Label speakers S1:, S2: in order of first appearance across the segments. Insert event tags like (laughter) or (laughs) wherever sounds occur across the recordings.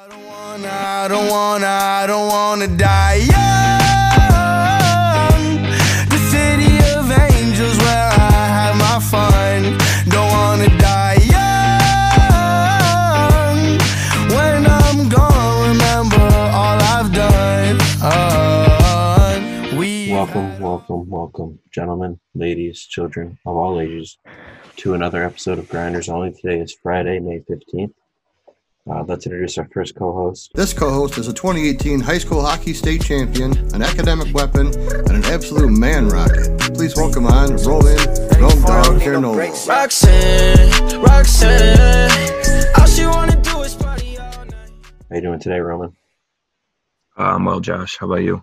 S1: wanna, I don't wanna, I don't wanna die young. The city of angels where I have my fun. Don't wanna die young. When I'm gone, remember all I've done. Uh, we
S2: Welcome, welcome, welcome, gentlemen, ladies, children of all ages, to another episode of Grinders Only. Today is Friday, May 15th. Uh, let's introduce our first co host.
S3: This co host is a 2018 high school hockey state champion, an academic weapon, and an absolute man rocket. Please welcome on, roll in, Rome Dog Chernobyl.
S4: Roxanne, Roxanne, all she wanna do is party all night.
S2: How you doing today, Roman?
S5: Um, well, Josh, how about you?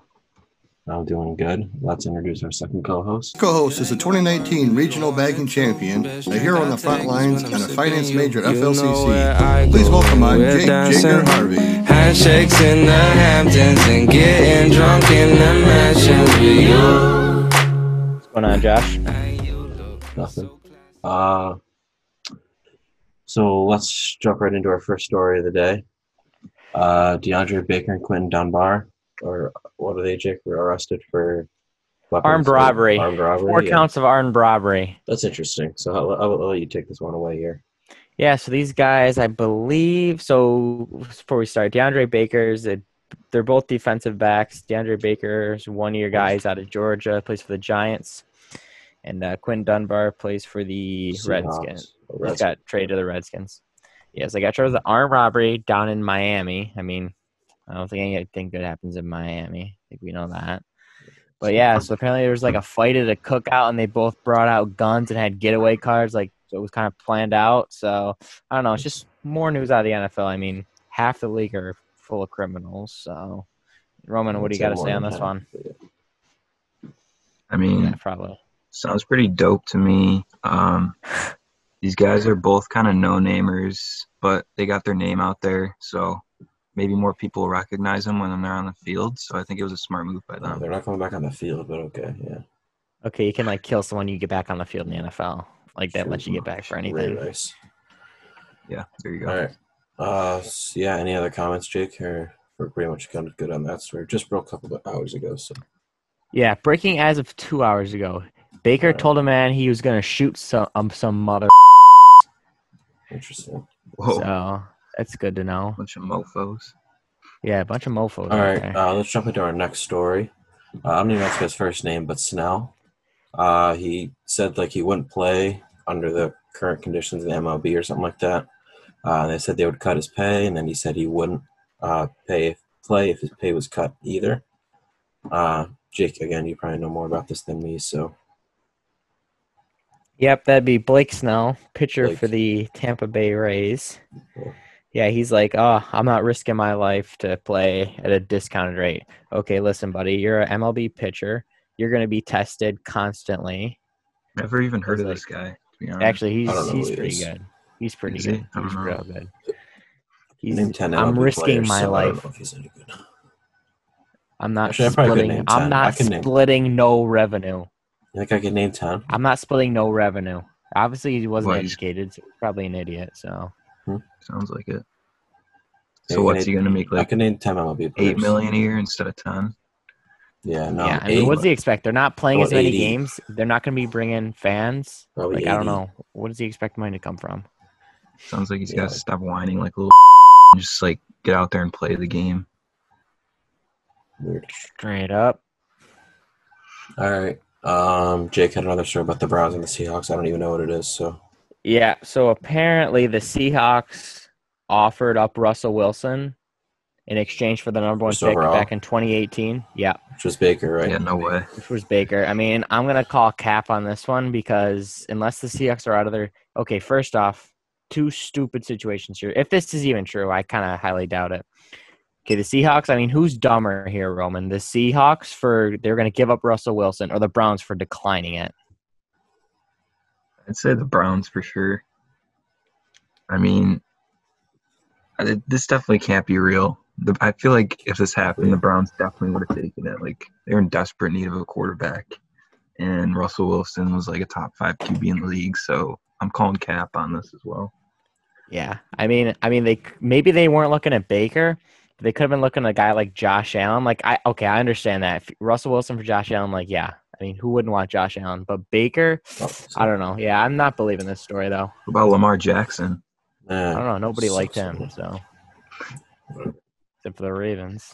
S2: I'm doing good. Let's introduce our second co host.
S3: Co host is a 2019 regional bagging champion, a hero on the front lines, and a finance major at FLCC. Please welcome on, Jake Jager Harvey.
S4: Handshakes in the Hamptons and getting drunk in the mansions with you.
S6: What's going on, Josh?
S2: Nothing. Uh, so let's jump right into our first story of the day. Uh, DeAndre Baker and Quentin Dunbar, or what are they, Jake, were arrested for weapons-
S6: Armed robbery.
S2: Armed robbery.
S6: Four
S2: yeah.
S6: counts of armed robbery.
S2: That's interesting. So I'll, I'll, I'll let you take this one away here.
S6: Yeah, so these guys, I believe. So before we start, DeAndre Baker's a, they're both defensive backs. DeAndre Baker's one year guy. He's out of Georgia, plays for the Giants, and uh, Quinn Dunbar plays for the
S2: Seahawks.
S6: Redskins.
S2: Oh,
S6: He's
S2: Redskins.
S6: got traded to the Redskins. Yes, I got charged with armed robbery down in Miami. I mean, I don't think anything good happens in Miami. I think we know that. But yeah, so apparently there was like a fight at a cookout, and they both brought out guns and had getaway cars. Like so it was kind of planned out. So I don't know. It's just more news out of the NFL. I mean, half the league are full of criminals. So Roman, what do you got to say on this one?
S5: I mean,
S6: Yeah, probably.
S5: sounds pretty dope to me. Um, these guys are both kind of no-namers, but they got their name out there, so maybe more people recognize them when they're on the field. So I think it was a smart move by
S2: No,
S5: them.
S2: they're not coming back on the field, but okay, yeah.
S6: Okay, you can like kill someone, you get back on the field in the NFL. Like that lets you get back for anything.
S2: Very nice.
S5: Yeah, there you go.
S2: All right. Uh, s- yeah. Any other comments, Jake? Or we're pretty much kind of good on that story. Just broke a couple of hours ago, so
S6: Yeah, breaking as of two hours ago. Baker
S2: Alright.
S6: told a man he was gonna shoot some um, some mother.
S2: interesting. Oh.
S5: Whoa,
S6: So that's good to know.
S5: bunch of mofos.
S6: Yeah, a bunch of mofos.
S2: All
S6: out
S2: right.
S6: there.
S2: Uh, let's jump into our next story. Uh, I don't even know if it's his first name, but Snell. Uh, he said like he wouldn't play under the current conditions of the MLB or something like that. Uh, they said they would cut his pay, and then he said he wouldn't uh, pay play if his pay was cut either. Uh, Jake, again, you probably know more about this than me, so
S6: Yep, that'd be Blake Snell, pitcher
S2: Blake.
S6: for the Tampa Bay Rays.
S2: Cool.
S6: Yeah, he's like, oh, I'm not risking my life to play at a discounted rate. Okay, listen, buddy, you're an MLB pitcher. You're gonna be tested constantly.
S5: Never even heard of
S6: Like-
S5: this guy. To be honest.
S6: Actually,
S2: I don't
S6: he's
S2: know
S6: he's
S2: who he
S6: pretty
S2: is.
S6: good. He's pretty
S5: Is he?
S6: good.
S5: I don't
S6: He's
S5: know.
S6: real good.
S2: Name
S6: He's,
S2: 10
S6: I'm
S2: MLB
S6: risking
S2: players, so
S6: my
S2: I don't
S6: life.
S2: know if he's any good.
S6: I'm not
S2: Actually, I probably could name
S6: splitting.
S2: 10.
S6: I'm
S2: I
S6: not
S2: could name-
S6: splitting no revenue.
S2: You think I could name 10?
S6: I'm not splitting no revenue. Obviously, he wasn't
S5: Well, he's-
S6: educated, so he's probably an idiot. So
S5: sounds like it.
S2: Yeah,
S5: So
S2: you
S5: what's
S2: can
S5: he gonna make
S2: I
S5: like
S2: could name 10 MLB players.
S5: eight million a year instead of ten?
S2: Yeah, no.
S6: yeah, I
S2: eight,
S6: mean, what's he expect? They're not playing
S2: Well,
S6: as many
S2: 80.
S6: games. They're not going to be bringing fans.
S2: probably
S6: Like I don't
S2: 80.
S6: know, what does he expect money to come from?
S5: Sounds like he's
S2: Yeah.
S5: got to stop whining like a little (laughs) and just like get out there and play the game.
S2: Weird.
S6: Straight up.
S2: All right. Um, Jake had another story about the Browns and the Seahawks. I don't even know what it is. So
S6: Yeah. So apparently, the Seahawks offered up Russell Wilson in exchange for the number one
S2: Just
S6: pick
S2: overall?
S6: back in 2018. Yeah.
S2: which was Baker, right?
S5: Yeah, no way.
S6: Which was Baker. I mean, I'm gonna call cap on this one because unless the Seahawks are out of their okay, first off, two stupid situations here. If this is even true, I kind of highly doubt it. Okay, the Seahawks. I mean, who's dumber here, Roman? The Seahawks for they're gonna give up Russell Wilson, or the Browns for declining it?
S5: I'd say the Browns for sure. I mean, I, this definitely can't be real. The, I feel like if this happened, the Browns definitely would have taken it. Like they're in desperate need of a quarterback, and Russell Wilson was like a top five QB in the league. So I'm calling cap on this as well.
S6: Yeah, I mean, I mean, they maybe they weren't looking at Baker, They could have been looking at a guy like Josh Allen. Like, I okay, I understand that. If Russell Wilson for Josh Allen, like, yeah. I mean, who wouldn't want Josh Allen? But Baker,
S2: Oh,
S6: I don't know. Yeah, I'm not believing this story though.
S5: What about Lamar Jackson?
S6: I don't know. Nobody
S2: so
S6: liked
S2: sad.
S6: him, so except for the Ravens.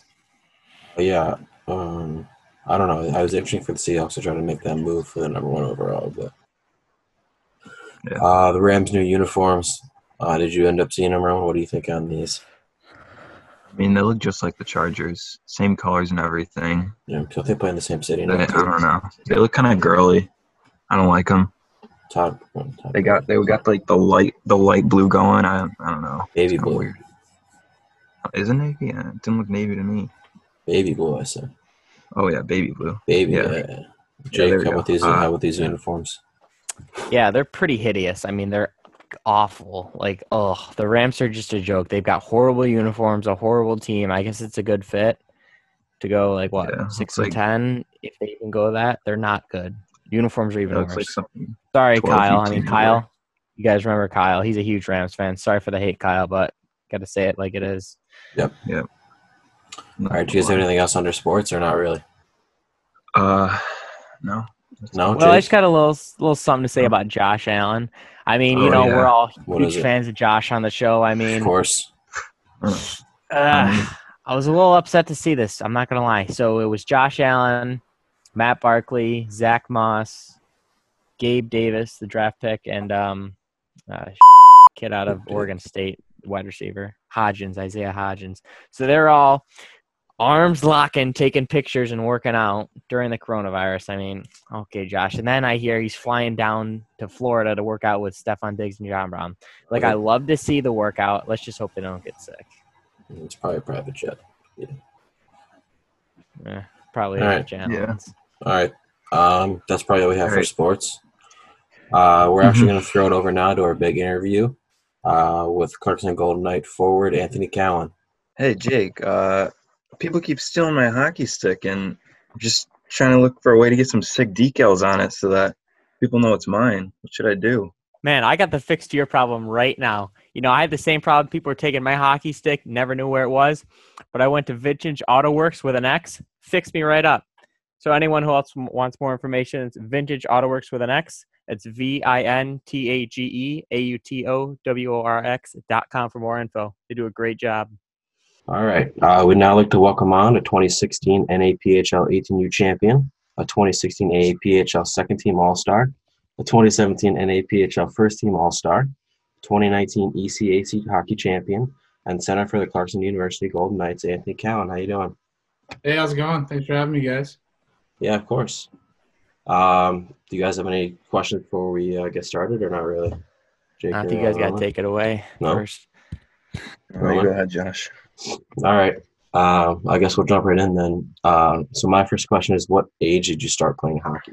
S2: yeah, um, I don't know. I was itching for the Seahawks to try to make that move for the number one overall, but
S5: Yeah.
S2: uh, the Rams' new uniforms. Uh, did you end up seeing them, Rowan? What do you think on these?
S5: I mean, they look just like the Chargers, same colors and everything.
S2: You know, 'cause they play in the same city.
S5: They- I don't know. They look kind of girly. I don't like them.
S2: Top, one, top
S5: They got they got like the light the light blue going. I I don't know.
S2: baby
S5: It's kinda
S2: blue.
S5: weird. Isn't navy? Yeah, it didn't look navy to me.
S2: Baby blue, I said.
S5: Oh yeah, baby blue.
S2: Baby.
S5: Yeah.
S2: Yeah. Jake,
S5: there we
S2: how
S5: go.
S2: about these?
S5: Uh,
S2: how about these uniforms?
S6: Yeah, they're pretty hideous. I mean, they're awful. Like, oh, the Rams are just a joke. They've got horrible uniforms, a horrible team. I guess it's a good fit to go like what
S5: Yeah, looks
S6: six and
S5: like-
S6: ten. If they even go that, they're not good. Uniforms are
S5: It
S6: even
S5: looks
S6: worse.
S5: like something.
S6: Sorry,
S5: 12
S6: Kyle. I
S5: teams
S6: mean,
S5: in
S6: Kyle. You guys remember Kyle? He's a huge Rams fan. Sorry for the hate, Kyle, but gotta say it like it is.
S2: All right, do you guys have anything else under sports or not really?
S5: Uh, no.
S2: No.
S6: Well, I
S2: Jake?
S6: just got a little little something to say about Josh Allen. I mean, you
S5: Oh,
S6: know,
S5: yeah.
S6: we're all
S2: Oh. What is
S6: huge
S2: it?
S6: fans of Josh on the show. I mean,
S2: of course.
S6: Ugh, I was a little upset to see this. I'm not gonna lie. So it was Josh Allen, Matt Barkley, Zach Moss, Gabe Davis, the draft pick, and um, uh, (laughs) kid out of Oregon State, wide receiver Hodgins, Isaiah Hodgins. So they're all arms locking, taking pictures and working out during the coronavirus. I mean, okay, Josh. And then I hear he's flying down to Florida to work out with Stefan Diggs and John Brown. Like I love to see the workout. Let's just hope they don't get sick.
S2: It's probably a private jet.
S6: Eh, probably
S2: All
S6: not
S2: right.
S6: Jan
S5: Yeah.
S6: Allen's.
S2: All right. Um, that's probably all we have
S5: All
S2: for
S5: right. Mm-hmm.
S2: sports. Uh, we're actually going to throw it over now to our big interview uh, with Clarkson Golden Knight forward Anthony Cowan.
S5: Hey Jake, uh, people keep stealing my hockey stick, and I'm just trying to look for a way to get some sick decals on it so that people know it's mine. What should I do?
S6: Man, I got the fix to your problem right now. You know, I had the same problem. People were taking my hockey stick, never knew where it was. But I went to Vintage Auto Works with an X, fixed me right up. So anyone who else m- wants more information, it's Vintage Auto Works with an X. It's V I N T A G E A U T O W O R X dot com for more info. They do a great job.
S2: All right. Uh, we'd now like to welcome on a 2016 NAPHL 18U champion, a 2016 AAPHL second team All Star, a 2017 NAPHL first team All Star, 2019 ECAC hockey champion, and center for the Clarkson University Golden Knights, Anthony Cowan. How you doing?
S7: Hey, how's it going? Thanks for having me, guys.
S2: Yeah, of course. Um, do you guys have any questions before we uh, get started, or not really? Jake,
S6: I
S2: or,
S6: think you guys
S2: uh,
S6: got to take it away
S2: No.
S6: first.
S5: All right, go ahead, Josh.
S2: All right. Uh, I guess we'll jump right in then. Uh, so my first question is, what age did you start playing hockey?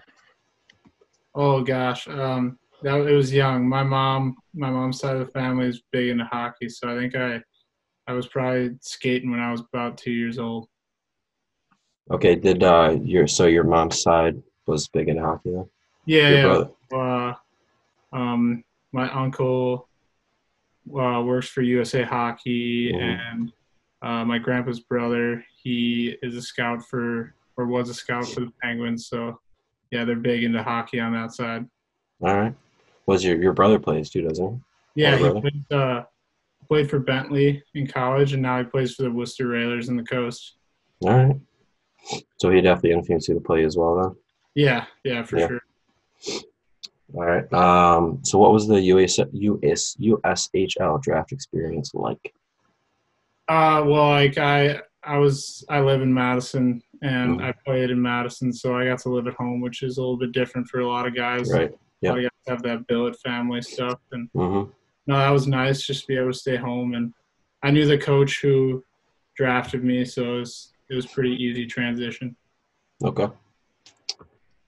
S7: Oh gosh, um, that it was young. My mom, my mom's side of the family is big into hockey, so I think I, I was probably skating when I was about two years old.
S2: Okay, did uh, your so your mom's side was big in hockey though?
S7: Yeah,
S2: Your
S7: yeah.
S2: brother.
S7: uh, um, my uncle uh, works for USA Hockey,
S2: Mhm.
S7: and uh, my grandpa's brother, he is a scout for or was a scout for the Penguins. So, yeah, they're big into hockey on that side.
S2: All right. Was your your brother plays too, doesn't
S7: Yeah, he
S2: really?
S7: played, uh, played for Bentley in college, and now he plays for the Worcester Railers in the coast.
S2: he? All right. So he definitely influenced you to play as well then.
S7: Yeah, yeah, for
S2: Yeah.
S7: sure.
S2: All right. Um, so what was the US, US USHL draft experience like?
S7: Uh, well, like I, I was, I live in Madison, and
S2: Mhm.
S7: I played in Madison, so I got to live at home, which is a little bit different for a lot of guys.
S2: Right.
S7: A
S2: yeah.
S7: lot of guys have that billet family stuff, and
S2: Mm-hmm.
S7: no, that was nice just to be able to stay home. And I knew the coach who drafted me, so it was, it was pretty easy transition.
S2: Okay.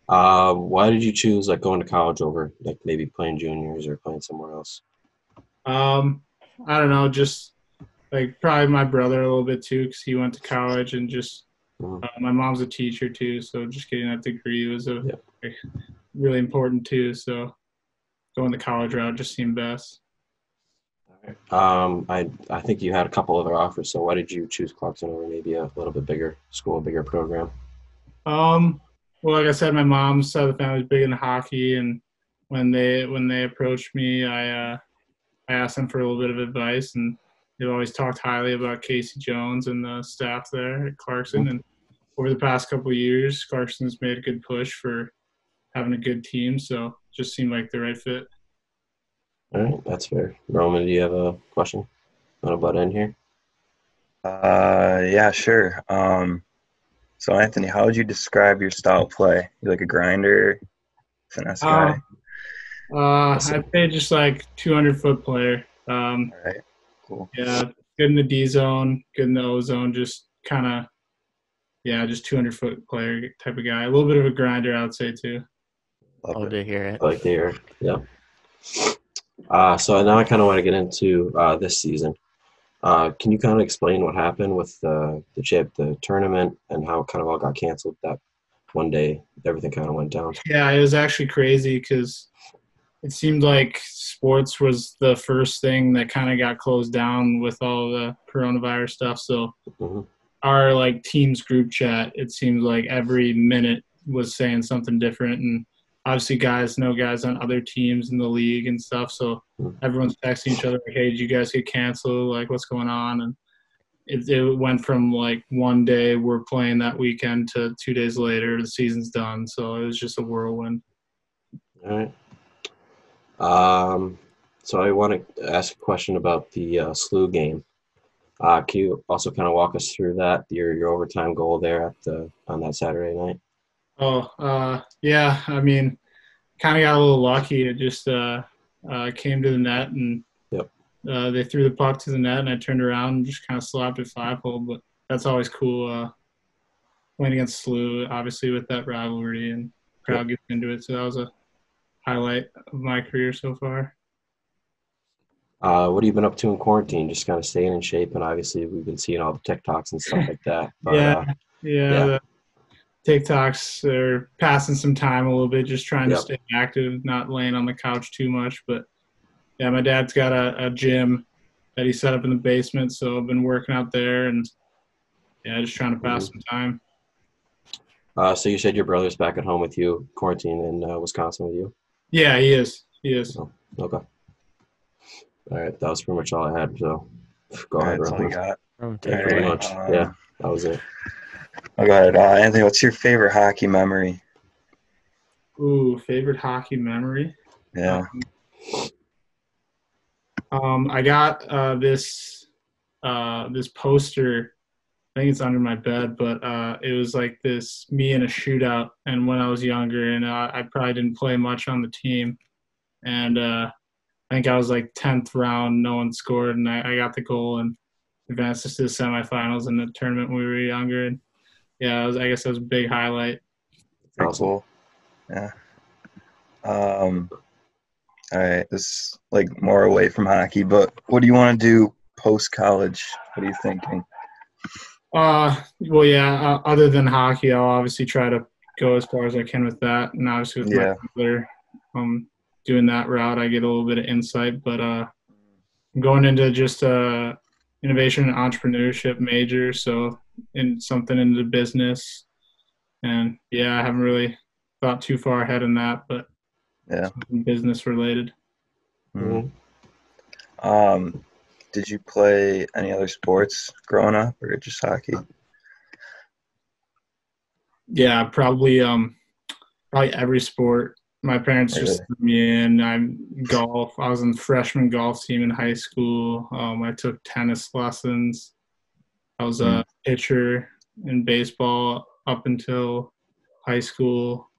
S2: Uh, why did you choose like going to college over like maybe playing juniors or playing somewhere else?
S7: Um, I don't know, just like probably my brother a little bit too, because he went to college and just
S2: Mhm.
S7: uh, my mom's a teacher too, so just getting that degree was a
S2: Yeah.
S7: like, really important too. So going the college route just seemed best.
S2: All Um, I I think you had a couple other offers, so why did you choose Clarkson over maybe a little bit bigger school, bigger program?
S7: Um, well, like I said, my mom's side of the family's big into hockey, and when they when they approached me, I uh, I asked them for a little bit of advice, and they've always talked highly about Casey Jones and the staff there at Clarkson. And over the past couple of years, Clarkson's made a good push for having a good team, so it just seemed like the right fit.
S2: All right, that's fair. Roman, do you have a question? Want to butt in here?
S5: Uh, yeah, sure. Um, so Anthony, how would you describe your style of play? You like a grinder, finesse
S2: Ah.
S5: guy?
S7: Um, Uh, I'd say just like 200 foot player. Um,
S5: All right, cool.
S7: Yeah, good in the D zone, good in the O zone. Just kind of, yeah, just 200 foot player type of guy. A little bit of a grinder, I would say too.
S5: Love
S6: Oh,
S5: it.
S6: to hear it.
S2: I like the air. Yeah. Uh, so now I kind of want to get into uh, this season. Uh, can you kind of explain what happened with the the chip, the tournament, and how it kind of all got canceled? That one day, everything kind of went down.
S7: Yeah, it was actually crazy because it seemed like sports was the first thing that kind of got closed down with all the coronavirus stuff. So
S2: Mhm.
S7: our like teams group chat, it seemed like every minute was saying something different, and obviously guys know guys on other teams in the league and stuff. So
S2: Mhm.
S7: everyone's texting each other, like, "Hey, did you guys get canceled? Like, what's going on?" And it, it went from like one day we're playing that weekend to two days later the season's done so it was just a whirlwind
S2: All right. Um, so I want to ask a question about the uh, SLU game. Uh, can you also kind of walk us through that your your overtime goal there at the on that Saturday night?
S7: Oh, uh, yeah. I mean, kind of got a little lucky. It just uh, uh, came to the net, and
S2: Yep.
S7: uh, they threw the puck to the net, and I turned around and just kind of slapped it five hole. But that's always cool. Uh, playing against SLU, obviously, with that rivalry and crowd gets into it. So that was a highlight of my career so far.
S2: Uh, what have you been up to in quarantine? Just kind of staying in shape, and obviously we've been seeing all the TikToks and stuff like
S6: (laughs)
S2: that. But
S7: Yeah.
S2: uh,
S7: Yeah.
S2: Yeah.
S7: The, TikToks are passing some time a little bit, just trying
S2: Yep.
S7: to stay active, not laying on the couch too much. But yeah, my dad's got a, a gym that he set up in the basement, so I've been working out there and yeah, just trying to pass some time.
S2: uh, so you said your brother's back at home with you, quarantine in uh, Wisconsin with you.
S7: Yeah, he is. He is.
S2: Oh. Okay. All right, that was pretty much all I had. So go
S5: All right,
S2: ahead,
S5: that's all I
S2: Roman.
S5: got.
S2: Yeah,
S6: From
S5: All
S6: Taylor.
S2: pretty
S5: right,
S2: much.
S5: um,
S2: yeah, that was it.
S5: Oh, go ahead, uh, Anthony. What's your favorite hockey memory?
S7: Ooh, favorite hockey memory.
S5: Yeah.
S7: Um, I got uh, this uh, this poster. I think it's under my bed, but uh, it was like this me in a shootout. And when I was younger, and uh, I probably didn't play much on the team, and uh, I think I was like tenth round. No one scored, and I, I got the goal and advanced us to the semifinals in the tournament when we were younger. And yeah, I, was, I guess that was a big highlight.
S5: Pretty
S2: Awesome.
S5: cool. Yeah. Um. All right. This like more away from hockey, but what do you want to do post college? What are you thinking?
S7: Uh, well, yeah. Uh, other than hockey, I'll obviously try to go as far as I can with that, and obviously with
S5: Yeah.
S7: my brother, um, doing that route, I get a little bit of insight. But uh, I'm going into just uh, innovation and entrepreneurship major, so in something into the business, and yeah, I haven't really thought too far ahead in that, but
S5: Yeah.
S7: something business related.
S2: Mm-hmm.
S5: Mm. Um. Did you play any other sports growing up, or just hockey?
S7: Yeah, probably um probably every sport. My parents just
S5: Really?
S7: threw me in. I'm golf. I was on the freshman golf team in high school. Um, I took tennis lessons. I was
S5: Hmm.
S7: a pitcher in baseball up until high school.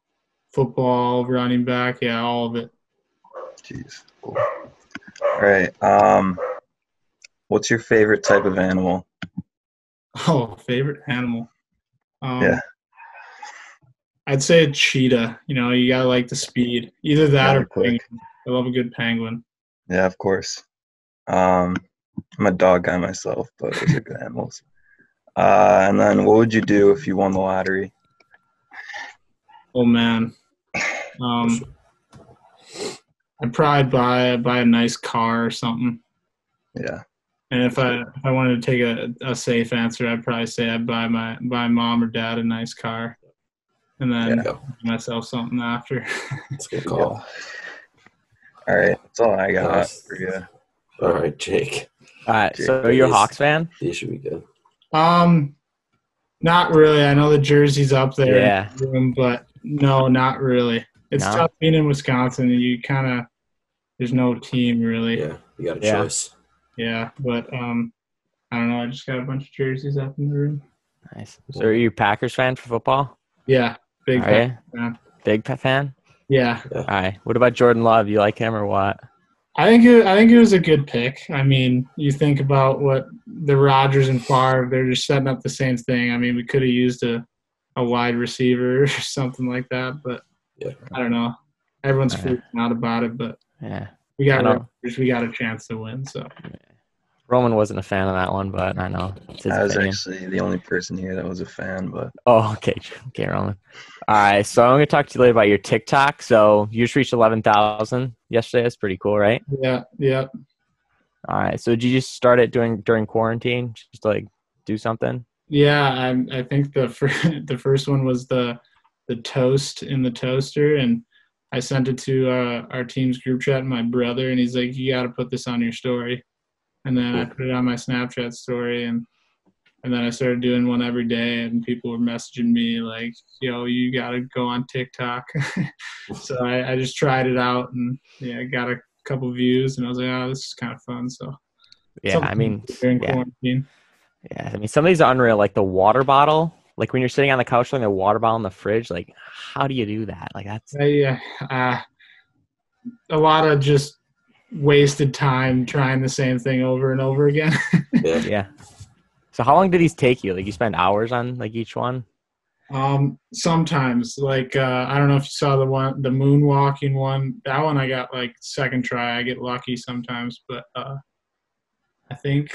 S7: Football, running back, yeah, all of it. (laughs)
S5: Jeez. Cool. All right. Um. What's your favorite type of animal?
S7: Oh, favorite animal. Um,
S5: Yeah.
S7: I'd say a cheetah. You know, you gotta like the speed. Either that
S5: Gotta
S7: or
S5: be quick.
S7: penguin. I love a good penguin.
S5: Yeah, of course. Um, I'm a dog guy myself, but those are good animals. Uh, and then what would you do if you won the lottery?
S7: Oh man. Um, I'd probably buy buy a nice car or something.
S5: Yeah.
S7: And if I if I wanted to take a, a safe answer, I'd probably say I'd buy my buy mom or dad a nice car, and then
S5: Yeah.
S2: Go.
S7: buy myself something after.
S2: That's a good call.
S5: All right. That's all I got
S2: Nice.
S5: for you.
S2: All right, Jake.
S6: All right. So
S2: Jeez.
S6: you're a Hawks fan?
S2: You should be good.
S7: Um, not really. I know the jersey's up there, in
S6: Yeah.
S7: the room, but no, not really. It's
S6: No?
S7: tough being in Wisconsin. You kind of there's no team really. Yeah.
S2: Yeah, you got a
S6: Yeah.
S2: choice.
S7: but um, I don't know. I just got a bunch of jerseys up in the room.
S6: Nice. So are you a Packers fan for football?
S7: Yeah, big.
S6: Are you?
S7: fan.
S6: Big pa- fan?
S7: Yeah,
S6: All right. What about Jordan Love? You like him or what?
S7: I think it, I think it was a good pick. I mean, you think about what the Rodgers and Favre, they're just setting up the same thing. I mean, we could have used a, a wide receiver (laughs) or something like that, but
S2: Yeah.
S7: I don't know. Everyone's
S6: Yeah.
S7: freaking out about it, but
S6: Yeah.
S7: we got
S6: I don't-
S7: Rodgers, we got a chance to win. So
S6: Roman wasn't a fan of that one, but I know. It's his
S5: I was
S6: opinion.
S5: actually the only person here that was a fan, but
S6: Oh, okay. (laughs) Okay, Roman. All right. So I'm going to talk to you later about your TikTok. So you just reached 11,000 yesterday. That's pretty cool, right?
S7: yeah, yeah,
S6: All right. So did you just start it during during quarantine? Just like do something?
S7: yeah. I'm, I think the fir- (laughs) the first one was the the toast in the toaster, and I sent it to uh, our team's group chat. And my brother, and he's like, "You got to put this on your story." And then I put it on my Snapchat story, and and then I started doing one every day, and people were messaging me like, "Yo, you got to go on TikTok." (laughs) so I, I just tried it out, and yeah, got a couple views, and I was like, "Oh, this is kind of fun." So.
S6: Yeah.
S7: Something
S6: I mean,
S7: during
S6: yeah.
S7: quarantine.
S6: Yeah, I mean, some of these are unreal. Like the water bottle, like when you're sitting on the couch throwing the water bottle in the fridge, like how do you do that? Like that's
S7: I, uh, uh, a lot of just wasted time trying the same thing over and over again. (laughs)
S6: (laughs)
S2: Yeah.
S6: yeah. So how long did these take you? Like you spend hours on like each one?
S7: um, sometimes, like uh, I don't know if you saw the one, the moonwalking one. That one I got like second try. I get lucky sometimes, but uh, I think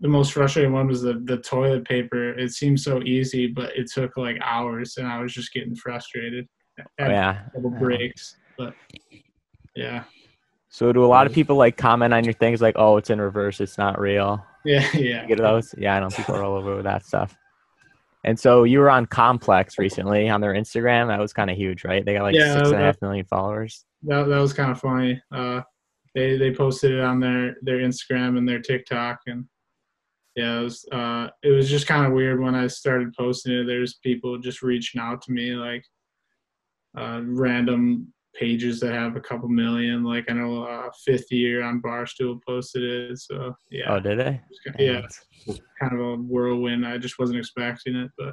S7: the most frustrating one was the the toilet paper. It seemed so easy, but it took like hours, and I was just getting frustrated.
S6: Oh, yeah.
S7: Couple
S6: Yeah.
S7: breaks, but yeah. (laughs)
S6: So do a lot of people like comment on your things like, oh, it's in reverse, it's not real?
S7: Yeah,
S6: You
S7: yeah.
S6: get those? Yeah, I know people are all over with that stuff. And so you were on Complex recently on their Instagram. That was kind of huge, right? They got like
S7: Yeah,
S6: six and a
S7: that-
S6: half million followers.
S7: That that was kind of funny. Uh, they they posted it on their their Instagram and their TikTok, and yeah, it was uh, it was just kind of weird when I started posting it. There's people just reaching out to me like uh, random pages that have a couple million. Like I know uh, fifth year on Barstool posted it, so yeah,
S6: Oh, did they?
S7: it was ki- yeah, kind of a whirlwind. I just wasn't expecting it, but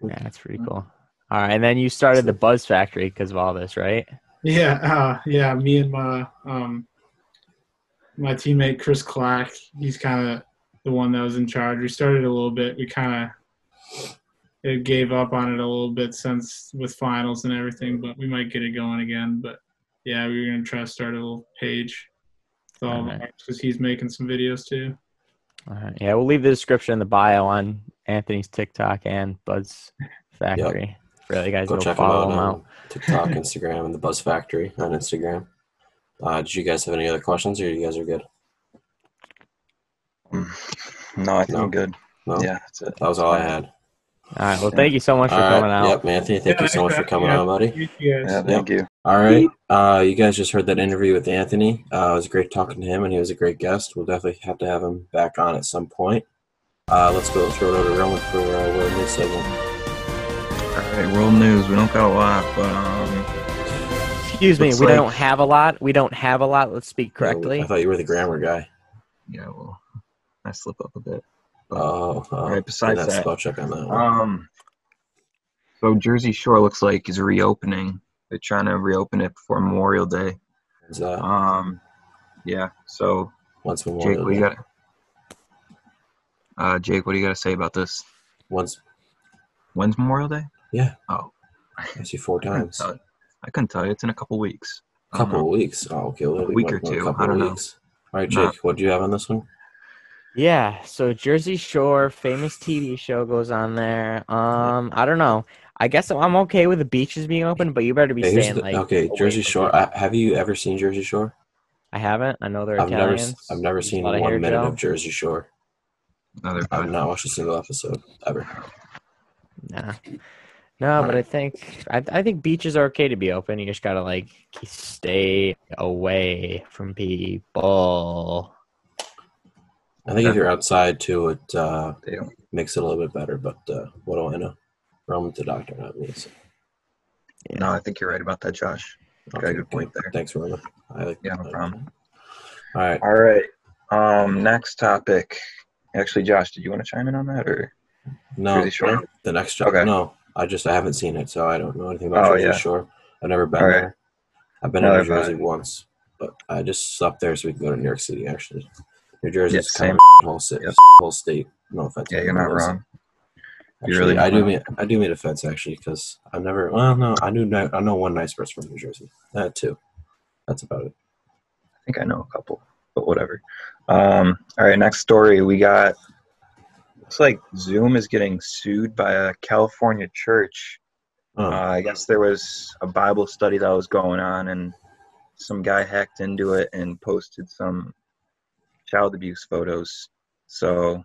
S6: Yeah, that's
S7: Mm-hmm.
S6: pretty cool. All right, and then you started the Buzz Factory because of all this, right?
S7: Yeah, uh, yeah. Me and my um, my teammate Chris Clack. He's kind of the one that was in charge. We started a little bit. We kind of it gave up on it a little bit since with finals and everything, but we might get it going again. But yeah, we were gonna try to start a little page with all
S6: Alright.
S7: because he's making some videos too.
S6: All right. Yeah, we'll leave the description in the bio on Anthony's TikTok and Buzz Factory. For you guys
S2: Go
S6: go,
S2: check them
S6: follow
S2: out
S6: them out.
S2: on
S6: (laughs)
S2: TikTok, Instagram, and the Buzz Factory on Instagram. Uh, did you guys have any other questions, or you guys are good?
S5: mm, no, I think
S2: No.
S5: I'm good.
S2: No,
S5: Yeah, that's it.
S2: that was all I had.
S6: All right. Well, thank you so much for
S2: All right.
S6: coming out.
S2: Yep, Anthony, thank
S7: Yeah,
S2: you so much for
S7: exactly.
S2: coming
S7: Yeah.
S2: on, buddy.
S7: You guys.
S5: Yeah, thank you.
S2: All right. Uh, you guys just heard that interview with Anthony. Uh, it was great talking to him, and he was a great guest. We'll definitely have to have him back on at some point. Uh, let's go throw it over to Roman for uh, World News segment.
S5: All right, world news. We don't got a lot, but um,
S6: Excuse me.
S5: Looks
S6: we
S5: like-
S6: don't have a lot. We don't have a lot. Let's speak correctly.
S2: I thought you were the grammar guy.
S5: yeah, well, I slip up a bit.
S2: Oh, uh,
S5: All right, besides
S2: that's
S5: that-
S2: spell check on that one.
S5: Um, so Jersey Shore looks like is reopening. They're trying to reopen it before Memorial Day.
S2: Is that
S5: Um, yeah. So
S2: uh, once Memorial
S5: Jake, what do you
S2: Day?
S5: got? Uh, Jake, what do you got to say about this?
S2: Once,
S5: When's Memorial Day?
S2: Yeah.
S5: Oh,
S2: I see four
S5: I couldn't
S2: times.
S5: tell. I couldn't tell you. It's in a couple weeks. I don't
S2: Uh, couple of
S5: know.
S2: weeks. Oh, okay. Well,
S5: A
S2: we
S5: week
S2: went
S5: or
S2: with A
S5: two,
S2: couple
S5: I don't
S2: of
S5: know.
S2: weeks. All right,
S5: Nah.
S2: Jake, what do you have on this one?
S6: Yeah, so Jersey Shore, famous TV show goes on there. Um, I don't know. I guess I'm okay with the beaches being open, but you better be
S2: Hey, here's
S6: staying
S2: the-
S6: like
S2: okay,
S6: away
S2: Jersey
S6: from
S2: Shore. Uh,
S6: people.
S2: I, have you ever seen Jersey Shore?
S6: I haven't. I know they're
S2: I've never,
S6: Italians.
S2: s- I've never
S6: There's a
S2: seen
S6: lot of
S2: one
S6: hair
S2: minute
S6: gel.
S2: of Jersey Shore.
S5: Another
S2: I've
S5: pod.
S2: not watched a single episode ever.
S6: Nah. No, but I think I, I think beaches are okay to be open. You just gotta like stay away from people.
S2: I think if
S5: Okay.
S2: you're outside too, it uh,
S5: They don't.
S2: makes it a little bit better. But uh, what do I know? Roman's the doctor, not me. So.
S5: No, I think you're right about that, Josh. Got a good point there.
S2: Thanks, Roman. I like
S5: Yeah, no problem.
S2: All right.
S5: All right. Um, next topic. Actually, Josh, did you want to chime in on that or?
S2: No, eh,
S5: Jersey Shore?
S2: the next job.
S5: Okay.
S2: No, I just I haven't seen it, so I don't know anything about
S5: Oh,
S2: Jersey
S5: yeah.
S2: Shore. I've never been
S5: All right.
S2: there. I've been in
S5: Neither
S2: New
S5: have I.
S2: Jersey once, but I just slept there so we can go to New York City. Actually, New Jersey's
S5: Yeah,
S2: kind
S5: same.
S2: of a whole city,
S5: Yep.
S2: whole state. No offense.
S5: Yeah, you're not wrong.
S2: Actually,
S5: You're really
S2: I
S5: not
S2: do
S5: wrong.
S2: mean I do mean offense actually because I've never. Well, no, I do. know- I know one nice person from New Jersey. That too. That's about it.
S5: I think I know a couple, but whatever. Um, all right, next story. We got looks like Zoom is getting sued by a California church.
S2: Oh,
S5: Uh, I guess there was a Bible study that was going on, and some guy hacked into it and posted some child abuse photos. So,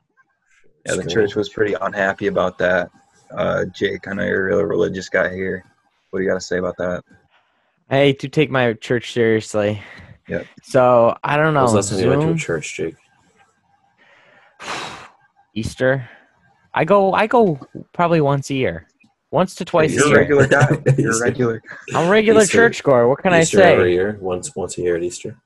S5: yeah, the
S2: Scary.
S5: church was pretty unhappy about that. Uh, Jake, I know you're a real religious guy here. What do you got to say about that?
S6: I hate to take my church seriously.
S5: Yep.
S6: So I don't
S2: When was
S6: know.
S2: the last time you went to a
S6: Oh, Zoom,
S2: church, Jake?
S6: (sighs) Easter. I go. I go probably once a year, once to twice
S5: You're
S6: a
S5: a
S6: year.
S5: regular guy. You're a
S2: Easter.
S5: regular.
S6: I'm a regular
S2: Easter-
S6: churchgoer. What can
S2: Easter
S6: I say?
S2: every year, once once a year at Easter.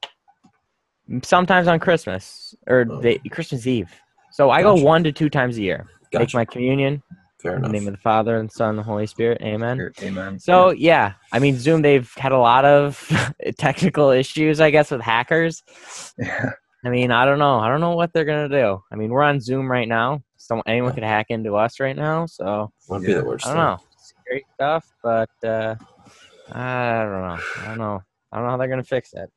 S6: Sometimes on Christmas or
S2: Oh.
S6: the, Christmas Eve. So I go
S2: Gotcha.
S6: one to two times a year. Take
S2: Gotcha.
S6: my communion
S2: Fair
S6: in the
S2: enough.
S6: name of the Father and Son and the Holy Spirit. Amen.
S5: Amen.
S6: So yeah, I mean Zoom. They've had a lot of (laughs) technical issues, I guess, with hackers.
S5: Yeah.
S6: I mean, I don't know. I don't know what they're gonna do. I mean, we're on Zoom right now. So anyone could hack into us right now. So
S2: Wouldn't
S5: Yeah.
S2: be the worst.
S6: I don't
S2: thing.
S6: know. Scary stuff, but uh, I don't know. I don't know. I don't know how they're gonna fix it.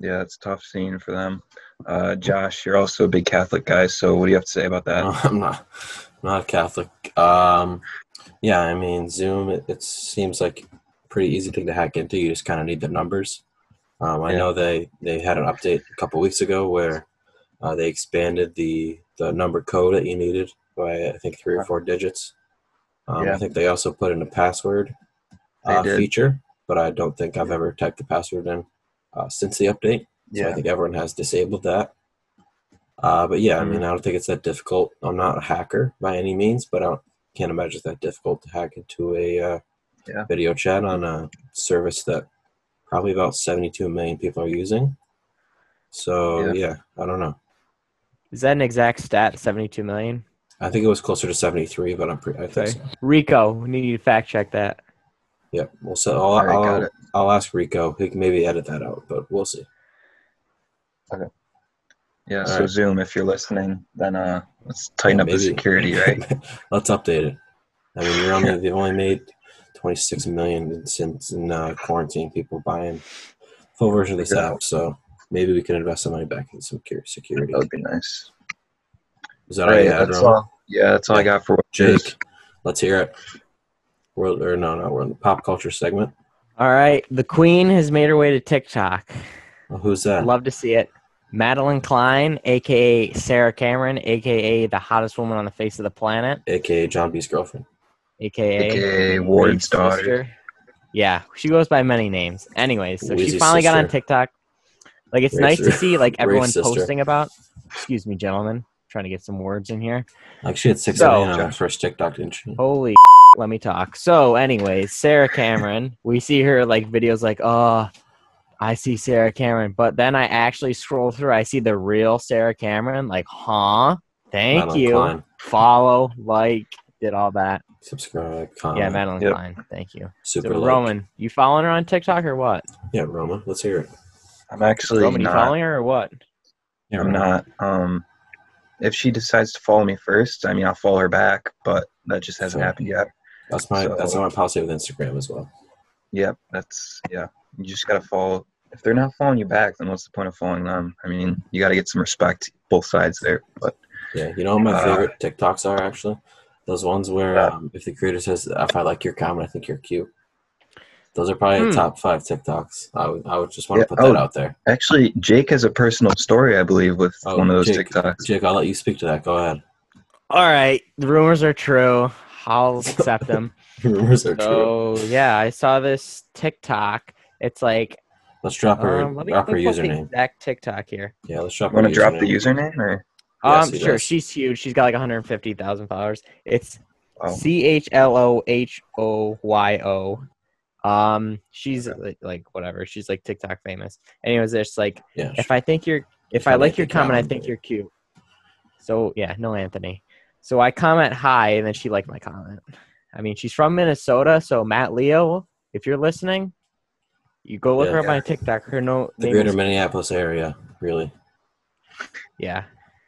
S5: Yeah, it's a tough scene for them. Uh, Josh, you're also a big Catholic guy, so what do you have to say about that?
S2: No, (laughs) I'm not not Catholic. Um, yeah, I mean Zoom. It, it seems like a pretty easy thing to hack into. You just kind of need the numbers. Um, I
S5: Yeah.
S2: know they they had an update a couple weeks ago where uh, they expanded the the number code that you needed by I think three or four digits. Um,
S5: Yeah.
S2: I think they also put in a password
S5: They
S2: uh,
S5: did.
S2: feature, but I don't think I've ever typed the password in uh, since the update. So I think everyone has disabled that. Uh, but
S5: Mm-hmm.
S2: yeah, I mean, I don't think it's that difficult. I'm not a hacker by any means, but I don't, can't imagine it's that difficult to hack into a uh,
S5: Yeah.
S2: video chat on a service that probably about 72 million people are using. So
S5: Yeah.
S2: yeah, I don't know.
S6: Is that an exact stat? Seventy-two million.
S2: I think it was closer to 73, but I'm pretty. I think
S6: Okay.
S2: so.
S6: Rico, we need you to fact check that.
S2: Yeah, we'll see. I'll,
S5: All right, got
S2: I'll,
S5: it.
S2: I'll ask Rico. He can maybe edit that out, but we'll see.
S5: Yeah,
S2: all
S5: so
S2: right.
S5: Zoom, if you're listening, then uh, let's tighten up the
S2: Maybe.
S5: security, right?
S2: (laughs) Let's update it. I mean, you're only they've only made 26 million since in uh, quarantine people buying full version of this
S5: Yeah.
S2: app. So maybe we can invest some money back in some cur- security.
S5: that would be nice.
S2: Is that all you had,
S5: that's
S2: Roman?
S5: all. Yeah, that's all I got for
S2: Jake, let's hear it. World or no, no, we're in the pop culture segment.
S6: All right, the Queen has made her way to TikTok.
S2: Well, who's that?
S6: Love to see it. Madeline Klein, aka Sarah Cameron, aka the hottest woman on the face of the planet,
S2: AKA John B's girlfriend.
S6: aka,
S5: AKA Ward's
S6: Reed's
S5: daughter.
S6: sister. Yeah, she goes by many names. Anyways, so she
S2: Wheezy's
S6: finally got on
S2: sister.
S6: TikTok. Like it's
S2: Reed's
S6: nice to
S2: sister.
S6: see like everyone
S2: sister.
S6: posting about. Excuse me, gentlemen. Trying to get some words in here.
S2: Like she had six
S6: So-
S2: million on her first TikTok, didn't she?
S6: Holy (laughs) let me talk. So, anyways, Sarah Cameron, we see her like videos like, oh, I see Sarah Cameron. But then I actually scroll through, I see the real Sarah Cameron, like, huh? Thank
S2: Madeline
S6: you.
S2: Klein.
S6: Follow, like, did all that.
S2: Subscribe, comment.
S6: yeah, Madeline
S5: yep.
S6: Klein. Thank you. So,
S2: Um, Super like.
S6: Roman, you following her on TikTok or what?
S2: Yeah, Roman. Let's hear it.
S5: I'm actually
S6: Roman, you
S5: not.
S6: following her or what?
S2: Yeah,
S5: I'm not. Um, if she decides to follow me first, I mean, I'll follow her back, but that just hasn't
S2: Sure.
S5: happened yet.
S2: That's my
S5: So-
S2: that's my policy with Instagram as well.
S5: Yep, that's yeah. You just gotta follow. If they're not following you back, then what's the point of following them? I mean, you gotta get some respect both sides there. But
S2: Yeah, you know what my
S5: Uh,
S2: favorite TikToks are actually those ones where
S5: Yeah.
S2: um, if the creator says, "If I like your comment, I think you're cute." Those are probably
S6: Hmm.
S2: the top five TikToks. I would, I would just want
S5: Yeah,
S2: to put that
S5: oh.
S2: out there.
S5: Actually, Jake has a personal story, I believe, with
S2: Oh,
S5: one of those
S2: Jake.
S5: TikToks.
S2: Jake, I'll let you speak to that. Go ahead. (laughs)
S6: All right, the rumors are true. I'll accept them.
S2: (laughs) Rumors are true.
S6: so yeah, I saw this TikTok. It's like
S2: Let's drop her,
S6: um, let me
S2: drop her
S6: look up the
S2: username.
S6: exact TikTok here.
S2: Yeah, let's drop.
S5: Want
S2: her
S5: to drop the
S2: username.
S5: username or?
S2: Yes,
S6: um,
S2: he
S6: sure,
S2: does.
S6: she's huge. She's got like 150,000 followers. It's
S5: Oh.
S6: C H L O H O Y O. Um, she's like, like whatever. She's like TikTok famous. Anyways, it's like
S2: Yeah,
S6: if I think you're if
S2: Tell
S6: I
S2: me
S6: like
S2: if
S6: your
S2: you
S6: comment, I
S2: comment,
S6: think
S2: babe.
S6: you're cute. So yeah, no Anthony. So I comment hi, and then she liked my comment. I mean, she's from Minnesota, so Matt Leo, if you're listening, you go look
S2: Yeah.
S6: her up on TikTok. Her no
S2: the
S6: name
S2: greater
S6: is,
S2: Minneapolis area, really.
S6: yeah.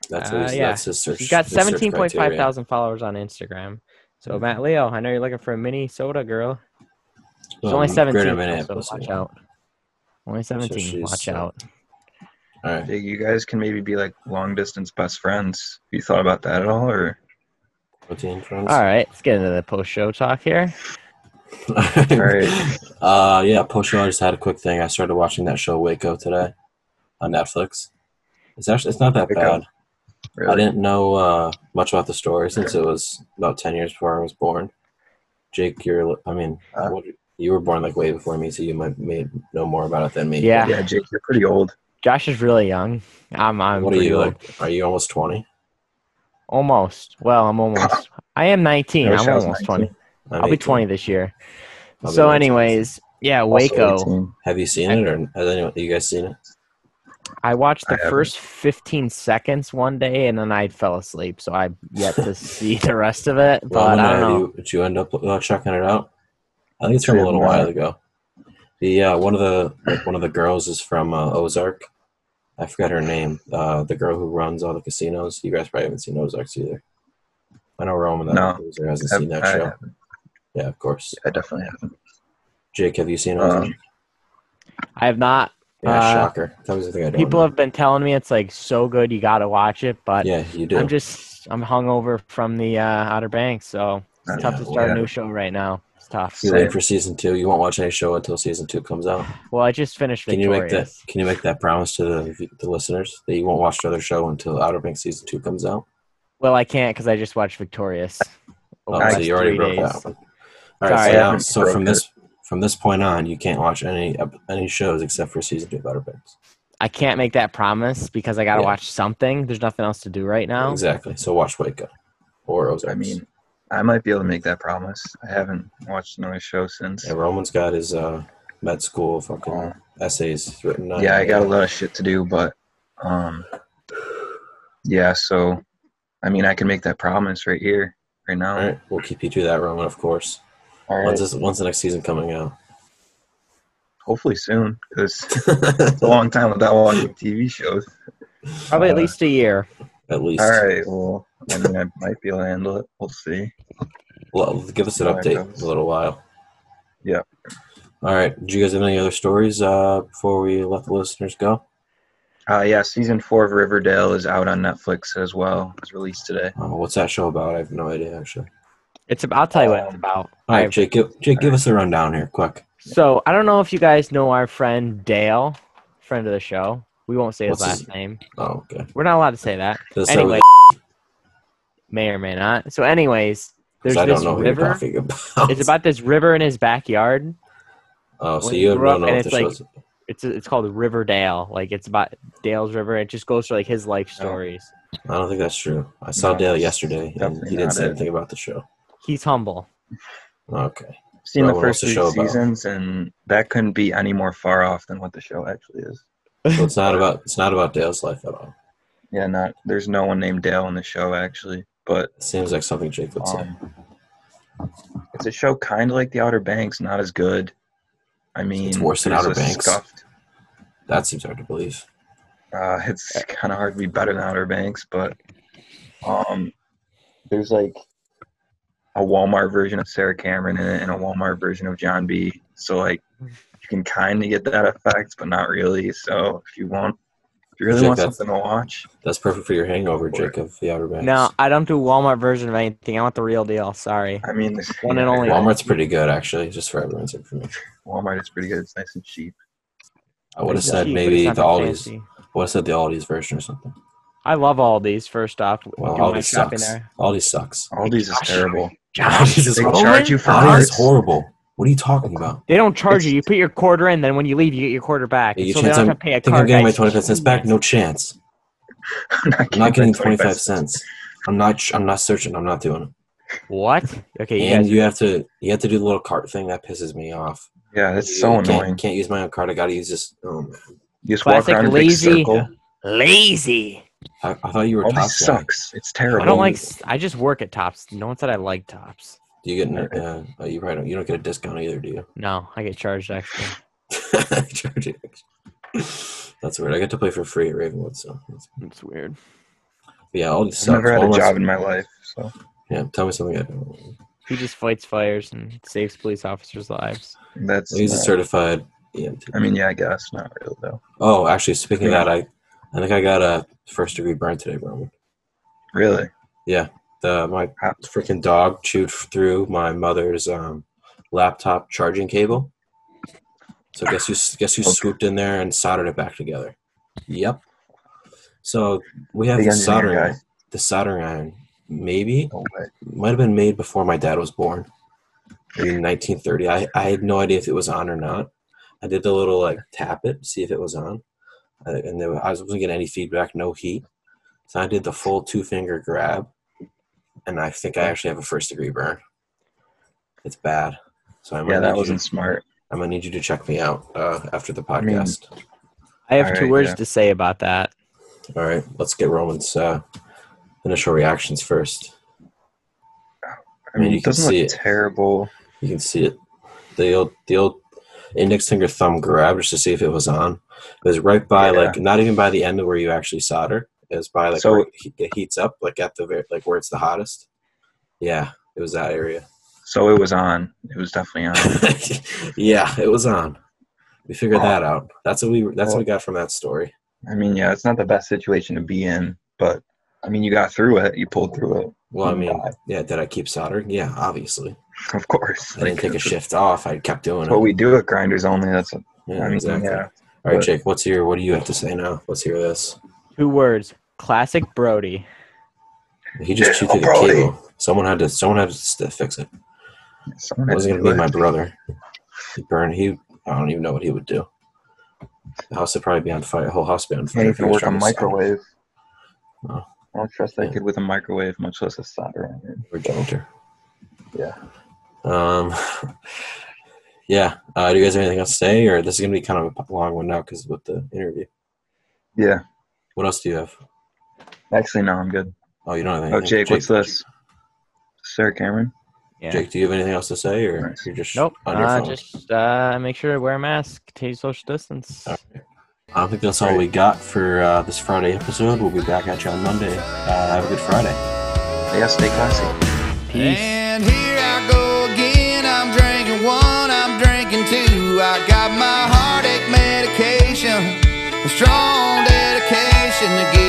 S2: That's
S6: Uh,
S2: what he's,
S6: yeah.
S2: that's his search.
S6: She's got
S2: his search
S6: seventeen point five
S2: criteria. Mm-hmm.
S6: thousand followers on Instagram. So Matt Leo, I know you're looking for a Minnesota girl. She's
S2: Um,
S6: only seventeen,
S2: Greater
S6: though,
S2: Minneapolis.
S6: so watch
S2: area.
S6: out. Only seventeen,
S2: she's,
S6: watch
S2: uh,
S6: out.
S2: All right.
S5: Jake, you guys can maybe be like long distance best friends. Have you thought about that at all,
S2: (laughs)
S5: or?
S2: Protein friends.
S6: All right, let's get into the post show talk here.
S2: (laughs)
S5: All right.
S2: Uh, yeah, post show. I just had a quick thing. I started watching that show Waco today on Netflix. It's actually it's not that
S5: Waco.
S2: bad. I
S5: Really?
S2: didn't know uh, much about the story since it was about ten years before I was born. Jake, you're I mean,
S5: Uh.
S2: what, you were born like way before me, so you might may know more about it than me.
S6: Yeah.
S5: Yeah, Jake, you're pretty old.
S6: Josh is really young. I'm I'm
S2: what are
S6: pretty
S2: you
S6: old.
S2: like? Are you almost twenty?
S6: Almost. Well, I'm
S2: (laughs)
S6: almost. I am 19.
S5: I wish
S6: I'm
S5: I was
S6: almost
S5: 19.
S6: 20. I'll be 20 this year.
S2: I'll be
S6: so,
S2: 19.
S6: anyways, yeah,
S5: Also
S6: Waco.
S5: 18.
S2: Have you seen it, or has anyone? You guys seen it?
S6: I watched
S5: I
S6: the
S5: haven't.
S6: first 15 seconds one day, and then I fell asleep. So I
S2: (laughs)
S6: yet to see the rest of it.
S2: Well, I'm
S6: But
S2: gonna
S6: I don't
S2: have
S6: know.
S2: you, did you end up uh, checking it out? I think it's from a
S5: Yeah,
S2: little
S5: I'm
S2: while
S5: not.
S2: ago. The uh, one of the like, one of the girls is from uh, Ozark. I forgot her name. Uh, the girl who runs all the casinos. You guys probably haven't seen Ozarks either. I know Roman that
S5: No.
S2: loser hasn't
S5: I,
S2: seen that
S5: I
S2: show.
S5: haven't.
S2: Yeah, of course.
S5: I definitely haven't.
S2: Jake, have you seen
S5: Um,
S2: Ozark?
S6: I have not.
S2: yeah,
S6: uh,
S2: shocker. That was the thing I don't
S6: People
S2: know.
S6: have been telling me it's like so good, you got to watch it. But
S2: Yeah, you do.
S6: I'm just, I'm hungover from the uh, Outer Banks. So
S5: I
S6: it's tough to
S2: know,
S6: start
S5: yeah.
S6: a new show right now. It's tough.
S2: You're waiting for season two. You won't watch any show until season two comes out.
S6: Well, I just finished
S2: Can you make that?
S6: Victorious.
S2: Can you make that promise to the, the listeners that you won't watch another show until Outer Banks season two comes out?
S6: Well, I can't because I just watched Victorious.
S2: Oh,
S6: over the
S2: so
S6: last
S2: you already
S6: three
S2: broke
S6: days.
S2: that one. All right,
S6: Sorry, I
S2: so, now,
S5: haven't
S2: so from
S5: broke
S2: this from this point on, you can't watch any ep- any shows except for season two of Outer Banks.
S6: I can't make that promise because I got to
S2: Yeah.
S6: watch something. There's nothing else to do right now.
S2: Exactly. So watch Waco or Ozarks.
S5: I mean, I might be able to make that promise. I haven't watched another show since.
S2: yeah, Roman's got his uh, med school fucking
S5: Oh.
S2: essays written. on
S5: yeah, I
S2: it.
S5: got a lot of shit to do, but um, yeah. So, I mean, I can make that promise right here, right now.
S2: All right, we'll keep you to that, Roman. Of course.
S5: All right.
S2: When's this, when's the next season coming
S5: (laughs)
S2: out?
S5: Hopefully soon, because it's a long time without watching TV shows.
S6: Probably at
S5: Uh,
S6: least a year.
S2: At least.
S5: All right. Well, I mean, I might be able to handle it. We'll see.
S2: Well, give us an
S5: All right,
S2: update
S5: guys.
S2: in a little while.
S5: Yeah.
S2: All right. Do you guys have any other stories uh, before we let the listeners go?
S5: Uh, yeah, season four of Riverdale is out on Netflix as well. It was released today.
S2: Uh, what's that show about? I have no idea actually.
S6: It's. ab- I'll tell you what it's
S5: Um,
S6: about.
S2: All right,
S6: I've-
S2: Jake. Give, Jake, give us a rundown here, quick.
S6: So I don't know if you guys know our friend Dale, friend of the show. We won't say his
S2: What's
S6: last
S2: his-
S6: name.
S2: Oh, okay.
S6: We're not allowed to say that.
S2: Does that-
S6: Anyway, may or may not. So, anyways, there's
S2: 'cause I don't
S6: this
S2: know who you're
S6: river.
S2: talking about.
S6: It's about this river in his backyard.
S2: (laughs) Oh, so
S6: when
S2: you
S6: he
S2: don't
S6: grew up,
S2: know
S6: and
S2: what the
S6: it's like-
S2: show's.
S6: It's it's called Riverdale. Like it's about Dale's river. It just goes through like his
S2: Oh.
S6: life stories.
S2: I don't think that's true. I saw
S5: No,
S2: Dale
S5: it's
S2: yesterday, and
S5: definitely
S2: he didn't
S5: not
S2: say
S5: it.
S2: anything about the show.
S6: He's humble. (laughs)
S2: Okay.
S5: I've seen
S2: Bro,
S5: the
S2: what
S5: first
S2: was
S5: three
S2: the show about?
S5: seasons, and that couldn't be any more far off than what the show actually is.
S2: So it's not about it's not about Dale's life at all.
S5: Yeah, not there's no one named Dale in the show actually, but
S2: It seems like something Jake would say.
S5: um, it's a show kind of like The Outer Banks, not as good. I mean,
S2: worse than
S5: there's
S2: Outer
S5: a
S2: Banks.
S5: Scuffed,
S2: That seems hard to believe.
S5: uh, (laughs) it's kind of hard to be better than Outer Banks, but um, there's like a Walmart version of Sarah Cameron in it and a Walmart version of John B. So like you can kind of get that effect, but not really. So if you want you really
S2: Check
S5: want
S2: that.
S5: something to watch,
S2: That's perfect for your hangover,
S5: Or-
S2: Jacob. The Outer Banks.
S6: No, I don't do Walmart version of anything. I want the real deal. Sorry.
S5: I mean, this
S6: One and only.
S2: Walmart's pretty good, actually, just for everyone's information.
S5: Walmart is pretty good. It's nice and cheap.
S2: I would have
S6: It's
S2: said
S6: cheap, but it's
S2: maybe the
S6: not that
S2: Aldi's.
S6: fancy.
S2: Would have said the Aldi's version or something.
S6: I love Aldi's. First off,
S2: Well,
S6: do my
S2: Aldi
S6: shopping
S2: sucks.
S6: there.
S2: Aldi
S6: (laughs)
S2: sucks.
S5: Aldi's is
S6: Gosh. (laughs)
S5: terrible.
S2: (laughs) Aldi's is
S5: They
S2: horrible.
S5: charge you for
S2: Aldi's is
S5: parts.
S2: horrible. What are you talking about?
S6: They don't charge
S5: It's-
S6: you. You put your quarter in, then when you leave, you get your quarter back.
S2: Yeah, you
S6: so they
S2: chance
S6: don't have
S2: I'm-
S6: to pay a
S2: Think I'm
S6: card.
S2: getting my
S6: That's
S2: 25 cents back?
S6: genius.
S2: No chance.
S5: (laughs) I'm not
S2: I'm not getting 25 cents. I'm not. ch- I'm not searching. I'm not doing it.
S6: What? Okay, you
S2: and
S6: guys.
S2: you have to. You have to do the little cart thing. That pisses me off.
S5: Yeah, that's so
S2: You can't-
S5: annoying.
S2: Can't use my own card. I gotta use this. Oh, man.
S5: You just
S6: Classic
S5: walk around in a big
S6: lazy-
S5: circle.
S6: Lazy.
S2: I, I thought you were
S5: Aldi
S2: top guy.
S5: sucks. It's terrible.
S6: I don't like. I just work at Tops. No one said I like Tops.
S2: Do you get? An, uh, oh, you probably don't. You don't get a discount either, do you?
S6: No, I get charged extra.
S2: (laughs) Charging. That's weird. I get to play for free at Ravenwood, so that's-
S6: It's weird.
S2: yeah. All these
S5: I've never had a job in my life, so
S2: Yeah, tell me something. I don't.
S6: He just fights fires and saves police officers' lives.
S5: that's.
S2: He's a
S5: not-
S2: certified EMT.
S5: I mean, yeah, I guess not real though.
S2: Oh, actually, speaking of that, I, I think I got a first degree burn today, Roman.
S5: Really,
S2: The my
S5: How-
S2: freaking dog chewed through my mother's um, laptop charging cable. So guess who guess who
S5: Okay.
S2: swooped in there and soldered it back together. Yep. So we have
S5: Big
S2: the
S5: engineer
S2: soldering
S5: guy.
S2: iron. the soldering iron. Maybe
S5: no way.
S2: might have been made before my dad was born, maybe in 1930. I, I had no idea if it was on or not. I did the little like tap it, see if it was on, I, and there, I wasn't getting any feedback, no heat. So I did the full two finger grab, and I think I actually have a first degree burn. It's bad. So I'm
S5: Yeah,
S2: gonna, need
S5: that
S2: you
S5: wasn't
S2: to,
S5: smart.
S2: I'm gonna need you to check me out uh, after the
S5: mean-
S2: podcast.
S6: I have
S5: All
S6: two
S5: right,
S6: words
S5: yeah.
S6: to say about that.
S2: All right, let's get Roman's uh, initial reactions first.
S5: I mean,
S2: you
S5: it
S2: can
S5: doesn't
S2: see
S5: look
S2: it.
S5: terrible.
S2: You can see it. The old the old index finger thumb grab just to see if it was on. It was right by
S5: Yeah.
S2: like not even by the end of where you actually solder. It was by like
S5: So-
S2: where it he- it heats up, like at the very like where it's the hottest. Yeah, it was that area. (laughs)
S5: So it was on. It was definitely on.
S2: yeah, it was on. We figured
S5: Oh.
S2: that out. That's what we that's what
S5: Well-
S2: we got from that story.
S5: I mean, yeah, it's not the best situation to be in, but I mean, you got through it. You pulled through Mm, it. (laughs)
S2: Well, I mean,
S5: God.
S2: yeah, did I keep soldering? Yeah, obviously.
S5: Of course.
S2: I didn't
S5: Like,
S2: take a
S5: (laughs) that's
S2: shift off. I kept doing
S5: What
S2: it.
S5: we do at Grinders Only. That's. I
S2: Yeah,
S5: mean,
S2: exactly.
S5: yeah.
S2: All right,
S5: but-
S2: Jake, what's your what do you have to say now? Let's hear this.
S6: Two words. Classic Brody.
S2: He just chewed
S5: Oh,
S2: through the
S5: Brody.
S2: cable. Someone had to. Someone had to st- fix it. It
S5: Someone had to
S2: wasn't
S5: do
S2: gonna be
S5: it.
S2: my brother. He burned. He. I don't even know what he would do. The house would probably be on fire. The whole house would be on fire.
S5: Can't
S2: if he
S5: even
S2: was
S5: work a
S2: trying to solder.
S5: microwave.
S2: No.
S5: I don't trust that
S2: Oh. Yeah.
S5: kid with a microwave, much less a solder on it.
S2: Regenerator.
S5: Yeah.
S2: Um. Yeah. Uh, do you guys have anything else to say, or this is gonna be kind of a long one now because with the interview?
S5: Yeah.
S2: What else do you have?
S5: Actually, no, I'm good.
S2: Oh, you don't have
S5: Oh,
S2: anything.
S5: Jake, what's this? Sarah Cameron?
S6: Yeah.
S2: Jake, do you have anything else to say, or
S5: Nice.
S2: you're just
S6: Nope.
S2: on your
S6: Uh,
S2: phone?
S6: just uh, make sure to wear a mask, continue social distance.
S2: All right. I think that's all we got for uh, this Friday episode. We'll be back at you on Monday. Uh, have a good Friday.
S5: Yeah, stay classy.
S6: Peace.
S1: And here I go again. I'm drinking one, I'm drinking two. I got my heartache medication, a strong dedication to get.